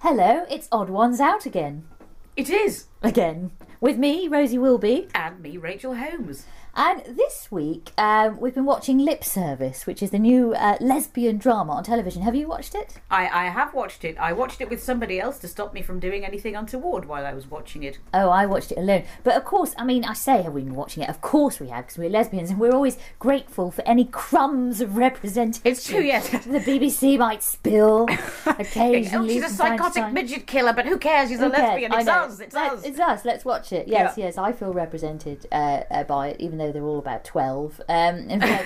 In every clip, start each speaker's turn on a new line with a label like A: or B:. A: Hello, it's Odd Ones Out again.
B: It is.
A: Again. With me, Rosie Wilby.
B: And me, Rachel Holmes.
A: And this week, um, we've been watching Lip Service, which is the new uh, lesbian drama on television. Have you watched it?
B: I, I have watched it. I watched it with somebody else to stop me from doing anything untoward while I was watching it.
A: Oh, I watched it alone. But of course, I mean, I say have we been watching it? Of course we have, because we're lesbians and we're always grateful for any crumbs of representation.
B: It's true, yes.
A: The BBC might spill
B: Oh,
A: occasionally.
B: she's a
A: from time to
B: psychotic
A: time.
B: midget killer, but who cares? She's a
A: Who cares?
B: lesbian.
A: I
B: It's
A: know.
B: us. It's
A: Let-
B: us.
A: It's us. Let's watch it. Yes,
B: Yeah.
A: yes. I feel represented uh, uh, by it, even though they're all about twelve um, and, played,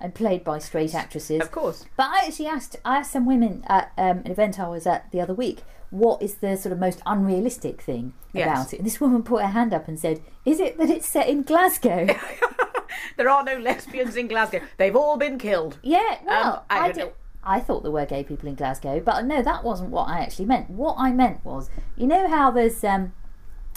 A: and played by straight actresses.
B: Of course.
A: But I actually asked I asked some women at um, an event I was at the other week, what is the sort of most unrealistic thing
B: Yes.
A: about it? And this woman put her hand up and said, "Is it that it's set in Glasgow?"
B: There are no lesbians in Glasgow. They've all been killed.
A: yeah. Well,
B: I don't
A: did-
B: know.
A: Um, I thought there were gay people in Glasgow, but no, that wasn't what I actually meant. What I meant was, you know how there's um,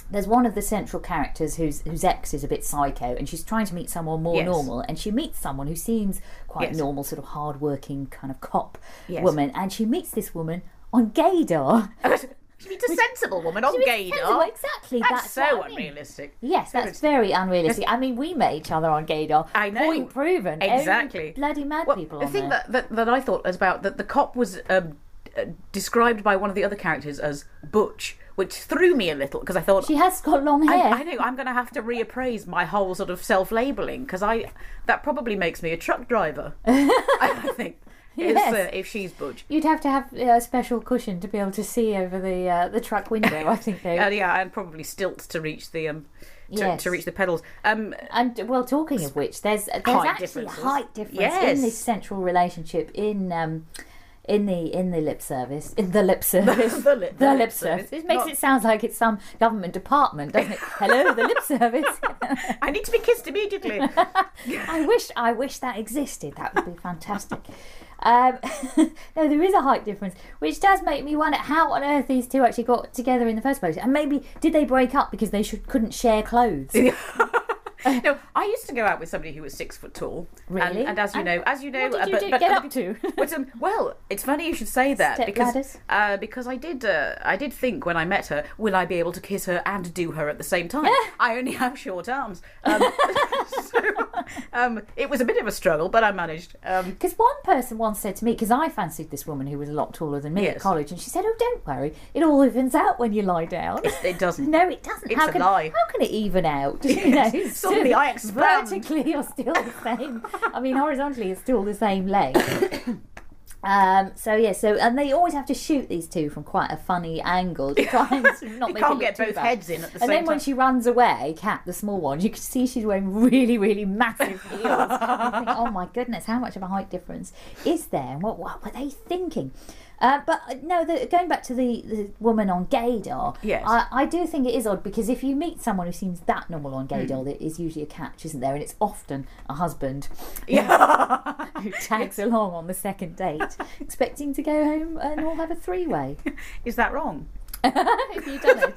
A: there's one of the central characters whose whose ex is a bit psycho, and she's trying to meet someone more
B: Yes.
A: normal, and she meets someone who seems quite
B: Yes.
A: normal, sort of hard-working kind of cop
B: Yes.
A: woman, and she meets this woman on gaydar.
B: She meets a sensible woman on
A: Well,
B: Gaydar.
A: exactly.
B: That's,
A: That's,
B: so
A: what I mean.
B: unrealistic.
A: Yes, that's very unrealistic. I mean, we met each other on gaydar.
B: I know.
A: Point proven. Only
B: Exactly.
A: bloody mad
B: Well,
A: people.
B: the
A: on
B: thing
A: there.
B: that, that that I thought was about that the cop was um, uh, described by one of the other characters as butch, which threw me a little because I thought
A: she has got long hair.
B: I, I know I'm going to have to reappraise my whole sort of self-labeling because I that probably makes me a truck driver. I think is,
A: Yes.
B: uh, if she's butch.
A: You'd have to have uh, a special cushion to be able to see over the uh, the truck window, I think. Though,
B: Uh, yeah, and probably stilts to reach the um to,
A: Yes.
B: to reach the pedals. Um,
A: and well, talking of which, there's there's
B: Height
A: actually a
B: differences.
A: height difference
B: Yes.
A: in this central relationship in um, in the in the lip service in the lip service.
B: the lip,
A: The lip service. It makes
B: Not-
A: it sound like it's some government department, doesn't it? Hello, the lip service.
B: I need to be kissed immediately.
A: I wish I wish that existed. That would be fantastic. Um, no, there is a height difference, which does make me wonder how on earth these two actually got together in the first place. And maybe did they break up because they should, couldn't share clothes?
B: no, I used to go out with somebody who was six foot tall.
A: Really?
B: And, and as you
A: And
B: know, as you know,
A: what did
B: uh,
A: you
B: but,
A: do-
B: but
A: get
B: other
A: up
B: peop-
A: to?
B: But, um, well, it's funny you should say that
A: Step
B: because
A: ladders?
B: uh, because I did uh, I did think when I met her, will I be able to kiss her and do her at the same time? I only have short arms, um, so um, it was a bit of a struggle, but I managed. Um,
A: Because one person once said to me, because I fancied this woman who was a lot taller than me at
B: Yes.
A: college, and she said, "Oh, don't worry, it all evens out when you lie down."
B: it doesn't.
A: no, it doesn't.
B: It's
A: how
B: a
A: can
B: lie.
A: how can it even out? You know,
B: Yes.
A: it's
B: Suddenly
A: still-
B: I expand.
A: Vertically, you're still the same. I mean, horizontally, it's still the same length. Um, so yeah, so and they always have to shoot these two from quite a funny angle to try and sort of not
B: You
A: make it
B: can't
A: look
B: get
A: too
B: both
A: bad.
B: heads in at
A: And
B: the same
A: then when
B: time.
A: she runs away, Kat, the small one, you can see she's wearing really, really massive heels. I think, oh my goodness, how much of a height difference is there? And what, what were they thinking? Uh, but uh, no, the, going back to the, the woman on Gaydar,
B: Yes.
A: I, I do think it is odd because if you meet someone who seems that normal
B: Hmm.
A: on Gaydar, there is usually a catch, isn't there? And it's often a husband
B: Yeah.
A: who tags along on the second date, expecting to go home and all have a three-way.
B: Is that wrong?
A: have you done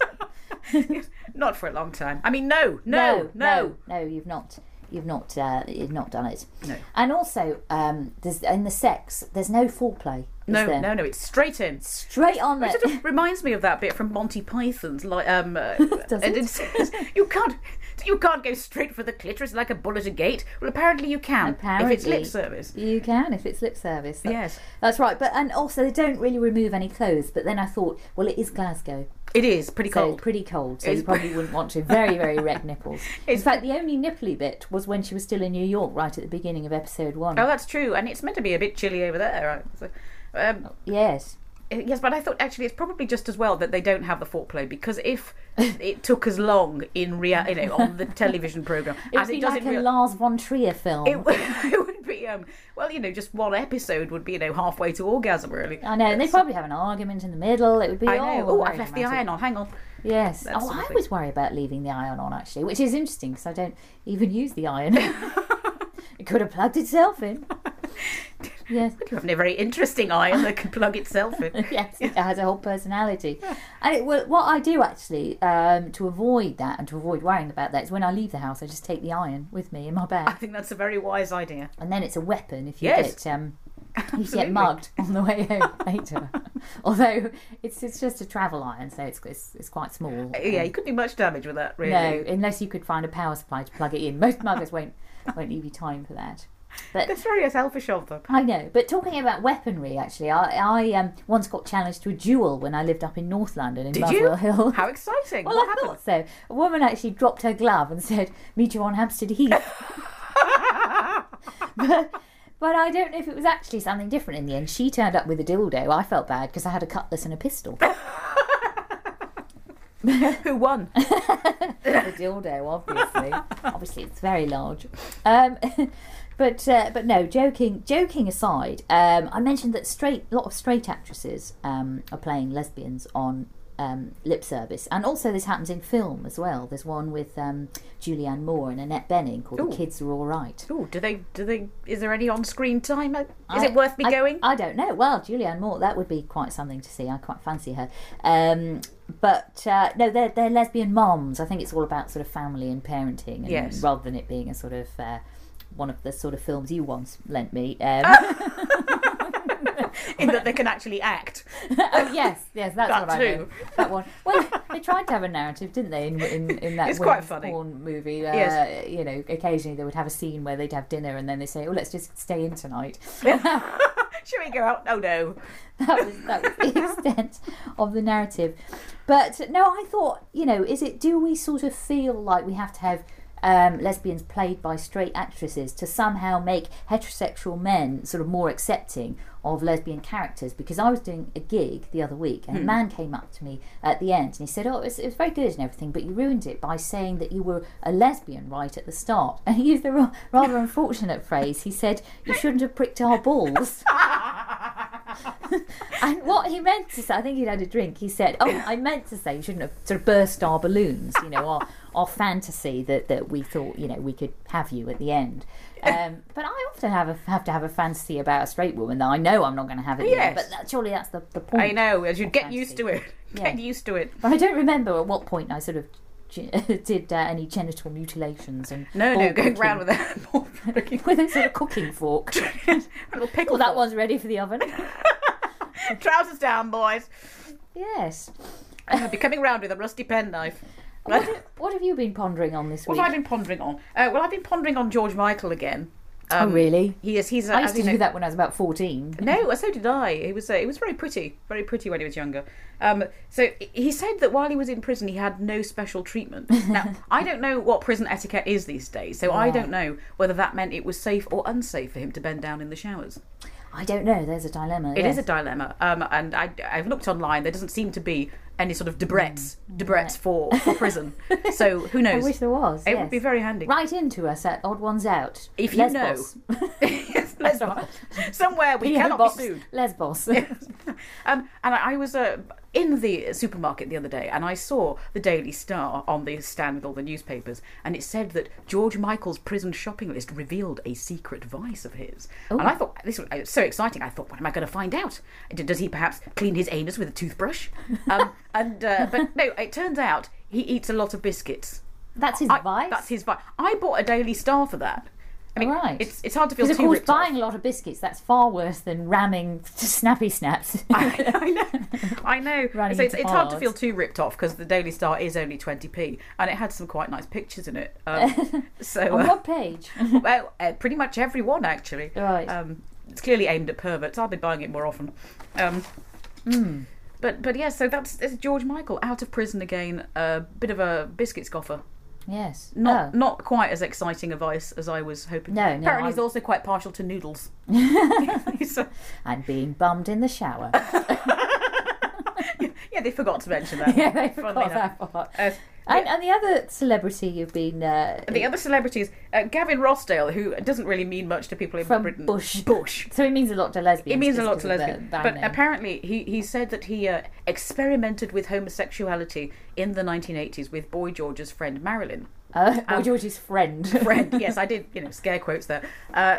A: it?
B: Not for a long time. I mean, no, no, no.
A: no, no, you've not, you've not, uh, you've not done it.
B: No.
A: And also, um, there's in the sex, there's no foreplay. is
B: No,
A: there?
B: no, no, it's straight in.
A: Straight on there.
B: It sort of reminds me of that bit from Monty Python's. Like, um, uh,
A: Does
B: and
A: it?
B: says, you can't, you can't go straight for the clitoris like a bullet a gate. Well, apparently you can. if it's
A: Apparently.
B: lip service.
A: You can if it's lip service. That-
B: Yes.
A: that's right. But and also they don't really remove any clothes. But then I thought, well, it is Glasgow,
B: It is pretty
A: so
B: cold.
A: pretty cold, so
B: It's
A: you probably wouldn't want to. Very, very red nipples. in
B: It's-
A: fact, the only nipply bit was when she was still in New York, right at the beginning of episode one.
B: oh, that's true, and it's meant to be a bit chilly over there. Right? So, um,
A: Yes.
B: yes, but I thought actually it's probably just as well that they don't have the foreplay because if it took as long in real, you know, on the television program
A: It would
B: as
A: be
B: it does
A: like
B: in
A: a
B: real.
A: Lars von Trier film.
B: it, would- it would be um well you know just one episode would be you know halfway to orgasm really
A: I know, and they probably have an argument in the middle. It would be.
B: I know.
A: Oh,
B: Oh, I've
A: very
B: left the
A: dramatic.
B: iron on. Hang on.
A: Yes.
B: That
A: oh,
B: sort of
A: I
B: thing.
A: always worry about leaving the iron on actually, which is interesting because I don't even use the iron. it could have plugged itself in. yes.
B: You have a very interesting iron that can plug itself in.
A: Yes, it has a whole personality. And it, well, what I do actually um, to avoid that and to avoid worrying about that is when I leave the house, I just take the iron with me in my
B: I
A: bag,
B: think that's a very wise idea.
A: and then it's a weapon if you
B: Yes.
A: get um, You get mugged on the way home later. Although it's it's just a travel iron, so it's it's, it's quite small.
B: Uh,
A: Um,
B: Yeah, you couldn't do much damage with that, really.
A: No, unless you could find a power supply to plug it in. Most muggers won't won't leave you time for that. But
B: That's very selfish of them.
A: I know. But talking about weaponry, actually, I I um, once got challenged to a duel when I lived up in North London in
B: Did
A: Buffalo
B: you?
A: Hill.
B: How exciting!
A: Well,
B: what
A: I
B: happened?
A: thought so. A woman actually dropped her glove and said, "Meet you on Hampstead Heath." but, but I don't know if it was actually something different in the end. She turned up with a dildo. I felt bad because I had a cutlass and a pistol. the
B: Who won?
A: dildo, obviously, obviously, it's very large. Um, but uh, but no, joking joking aside, um, I mentioned that straight a lot of straight actresses um, are playing lesbians on. Um, lip service, and also this happens in film as well. There's one with um, Julianne Moore and Annette Benning called
B: Ooh.
A: "The Kids Are All Right."
B: Ooh, do they? Do they? Is there any on-screen time? Is
A: I-
B: it worth me
A: I-
B: going?
A: I don't know. Well, Julianne Moore, that would be quite something to see. I quite fancy her. Um, but uh, no, they're, they're lesbian moms. I think it's all about sort of family and parenting, and
B: Yes.
A: rather than it being a sort of uh, one of the sort of films you once lent me. Um,
B: Ah! In that they can actually act.
A: oh yes, yes, that's
B: That
A: what I
B: too.
A: meant. That one. Well, they tried to have a narrative, didn't they? In in, in that
B: It's quite
A: women's
B: funny.
A: porn movie. Uh,
B: Yes.
A: You know, occasionally they would have a scene where they'd have dinner, and then they say, "Oh, let's just stay in tonight."
B: Should we go out? Oh no.
A: that was that was the extent of the narrative. But no, I thought, you know, is it do we sort of feel like we have to have um, lesbians played by straight actresses to somehow make heterosexual men sort of more accepting of lesbian characters? Because I was doing a gig the other week, and a man came up to me at the end and he said, "Oh, it was, it was very good and everything, but you ruined it by saying that you were a lesbian right at the start." And he used the ra- rather unfortunate phrase. He said, "You shouldn't have pricked our balls." And what he meant to say, I think he'd had a drink. He said, "Oh, I meant to say you shouldn't have sort of burst our balloons, you know, our our fantasy that, that we thought, you know, we could have you at the end." Um, but I often have a, have to have a fantasy about a straight woman that I know I'm not going to have at the end.
B: Yes.
A: But that, surely that's the, the point.
B: I know. As you get used to it.
A: Hmm. Yeah.
B: Get used to it.
A: But I don't remember at what point I sort of g- did uh, any genital mutilations and
B: No, no,
A: ball
B: going round
A: breaking
B: with that ball breaking.
A: with a sort of cooking fork.
B: little pickle.
A: well, that one's ready for the oven.
B: Trousers down, boys.
A: yes.
B: I'll be coming round with a rusty penknife.
A: What, have- what have you been pondering on this
B: What
A: week?
B: have I been pondering on? Uh, well, I've been pondering on George Michael again. Um,
A: oh, really?
B: He is. He's. A,
A: I
B: as
A: used to
B: you know-
A: do that when I was about 14.
B: No, so did I. He was uh, he was very pretty, very pretty when he was younger. Um, so he said that while he was in prison, he had no special treatment. Now I don't know what prison etiquette is these days, so I
A: Yeah.
B: don't know whether that meant it was safe or unsafe for him to bend down in the showers.
A: I don't know. There's a dilemma.
B: It is a dilemma, um, and I, I've looked online. There doesn't seem to be any sort of debrettes debrettes for, for prison. so who
A: Mm. I
B: knows?
A: wish there was.
B: it
A: yes.
B: would be very handy.
A: Right into us at Odd Ones Out.
B: If you
A: Lesbos.
B: Yes, Lesbos. Somewhere we
A: PO
B: cannot
A: box,
B: be sued.
A: Lesbos.
B: Um, and I, I was uh, in the supermarket the other day and I saw the Daily Star on the stand with all the newspapers, and it said that George Michael's prison shopping list revealed a secret vice of his. And
A: Oh.
B: I thought, this was uh, so exciting. I thought, what am I going to find out? D- Does he perhaps clean his anus with a toothbrush? Um, and uh, But no, it turns out he eats a lot of biscuits.
A: That's his
B: I-
A: vice.
B: That's his vice. I bought a Daily Star for that. I mean,
A: Right.
B: it's, it's hard to feel
A: Because
B: too
A: of course,
B: ripped off.
A: buying a lot of biscuits that's far worse than ramming snappy snaps.
B: I know. I know.
A: Running
B: so it's,
A: into
B: it's hard to
A: bars.
B: feel too ripped off because the Daily Star is only 20p and it had some quite nice pictures in it. Um, so,
A: On
B: uh,
A: what page?
B: well, uh, pretty much every one actually.
A: Right.
B: Um, it's clearly aimed at perverts. I'll be buying it more often. Um,
A: Hmm.
B: But but yeah, so that's it's George Michael out of prison again. A bit of a biscuit scoffer.
A: yes.
B: Not
A: Oh.
B: not quite as exciting a vice as I was hoping.
A: No, no,
B: Apparently, he's
A: I'm-
B: also quite partial to noodles. So-
A: And being bummed in the shower.
B: yeah, they forgot to mention that.
A: yeah, they
B: Funnily
A: forgot
B: enough.
A: that part.
B: Uh,
A: And, and the other celebrity you've been uh,
B: The other celebrities, uh, Gavin Rossdale, who doesn't really mean much to people in
A: from
B: Britain.
A: Bush.
B: Bush.
A: So it means a lot to lesbians.
B: It means a
A: just
B: lot
A: 'cause
B: to
A: of the
B: lesbians.
A: band
B: But
A: name.
B: apparently, he, he said that he uh, experimented with homosexuality in the 1980s with Boy George's friend Marilyn.
A: Uh, or George's friend.
B: Friend, yes, I did, you know, scare quotes there. Uh,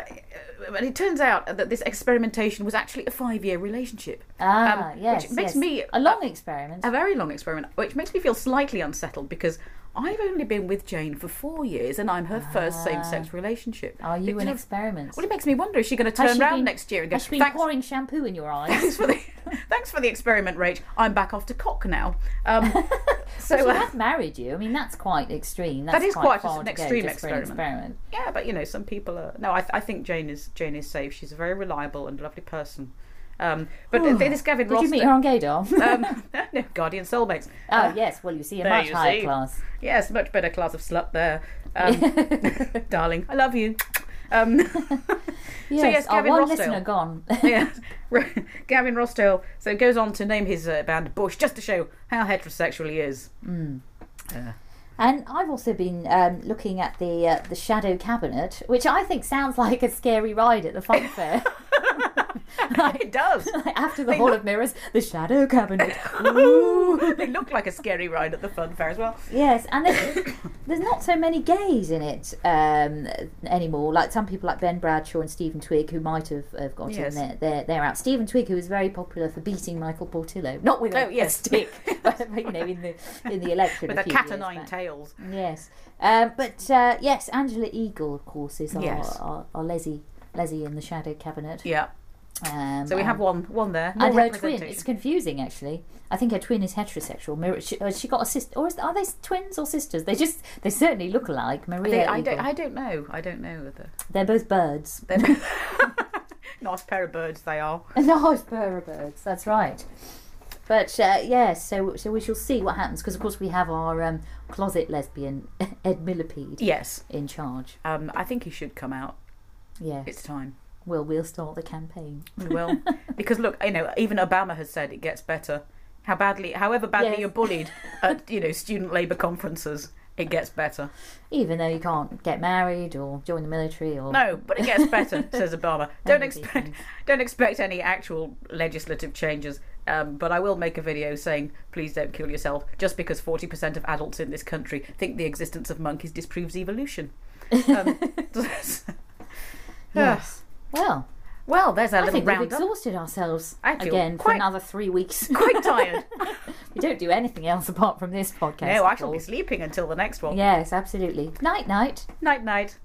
B: and it turns out that this experimentation was actually a five year relationship.
A: Ah,
B: Um,
A: yes.
B: which makes
A: yes.
B: me- um,
A: a long experiment.
B: A very long experiment, which makes me feel slightly unsettled because I've only been with Jane for four years, and I'm her first same-sex relationship.
A: Ah. Are you
B: It
A: an
B: does-
A: experiment?
B: Well, it makes me wonder: is she going to
A: Has
B: turn
A: she
B: round
A: been-
B: next year and go?
A: Has she been
B: Thanks,
A: pouring shampoo in your eyes?
B: thanks for the, thanks for the experiment, Rach. I'm back off to cock now. Um, so
A: She
B: uh,
A: has married you. I mean, that's quite extreme. That's
B: That is quite
A: far
B: an
A: to go
B: extreme
A: just for an experiment.
B: yeah, but you know, some people are. No, I, th- I think Jane is Jane is safe. She's a very reliable and lovely person. Um, but th- this Gavin
A: Did you
B: Rossdale,
A: meet her on Gaydar?
B: um, no, Guardian Soulmates.
A: oh yes. Well, you see a
B: there
A: much
B: you
A: higher
B: see.
A: class.
B: Yes, much better class of slut there, um, darling. I love you. Um,
A: Yes.
B: yes,
A: oh,
B: Gavin
A: one
B: Rossdale.
A: listener gone.
B: yes. Gavin Rossdale so goes on to name his uh, band Bush just to show how heterosexual he is.
A: And I've also been um, looking at the uh, the Shadow Cabinet, which I think sounds like a scary ride at the fun fair.
B: it does.
A: Like, After the Hall of Mirrors, the Shadow Cabinet.
B: they look like a scary ride at the fun fair as well.
A: yes, and there's, there's not so many gays in it um, anymore. Like some people like Ben Bradshaw and Stephen Twigg, who might have, have got
B: Yes.
A: in, they're, they're, they're out. Stephen Twigg, who was very popular for beating Michael Portillo, not with a,
B: Oh,
A: a
B: yes.
A: stick, but you know, in the in the election.
B: With
A: a
B: a
A: few
B: cat o'
A: years
B: nine
A: back.
B: tails.
A: Yes, um, but uh, yes, Angela Eagle, of course, is our,
B: Yes.
A: our, our Leslie, Leslie in the Shadow Cabinet.
B: Yeah.
A: Um,
B: So we have
A: and-
B: one one there. More
A: and her twin.
B: representation.
A: It's confusing, actually. I think her twin is heterosexual. Mir- she, uh, she got a sister, or is, are they twins or sisters? They just they certainly look alike. Maria
B: They- I,
A: Eagle.
B: don't, I don't know. I don't know. whether
A: They're both birds.
B: They're nice pair of birds they are.
A: A large pair of birds. That's right. But uh, yeah, so so we shall see what happens because of course we have our um, closet lesbian Ed Millipede
B: Yes.
A: in charge.
B: Um, I think he should come out.
A: Yes.
B: It's time.
A: well, we'll start the campaign.
B: We will. because look, you know, even Obama has said it gets better. How badly, however badly
A: Yes.
B: you're bullied at you know student labour conferences, it gets better.
A: even though you can't get married or join the military or
B: No, but it gets better, says Obama. Don't
A: Maybe.
B: expect, don't expect any actual legislative changes. Um, but I will make a video saying, please don't kill yourself, just because 40% of adults in this country think the existence of monkeys disproves evolution. Um,
A: yes well
B: well, there's
A: i
B: our little
A: think we've
B: roundup.
A: exhausted ourselves
B: I feel
A: again for
B: quite-
A: another three weeks
B: Quite tired.
A: we don't do anything else apart from this podcast
B: no, I
A: of
B: shall be
A: course.
B: sleeping until the next one.
A: yes absolutely night night
B: Night, night.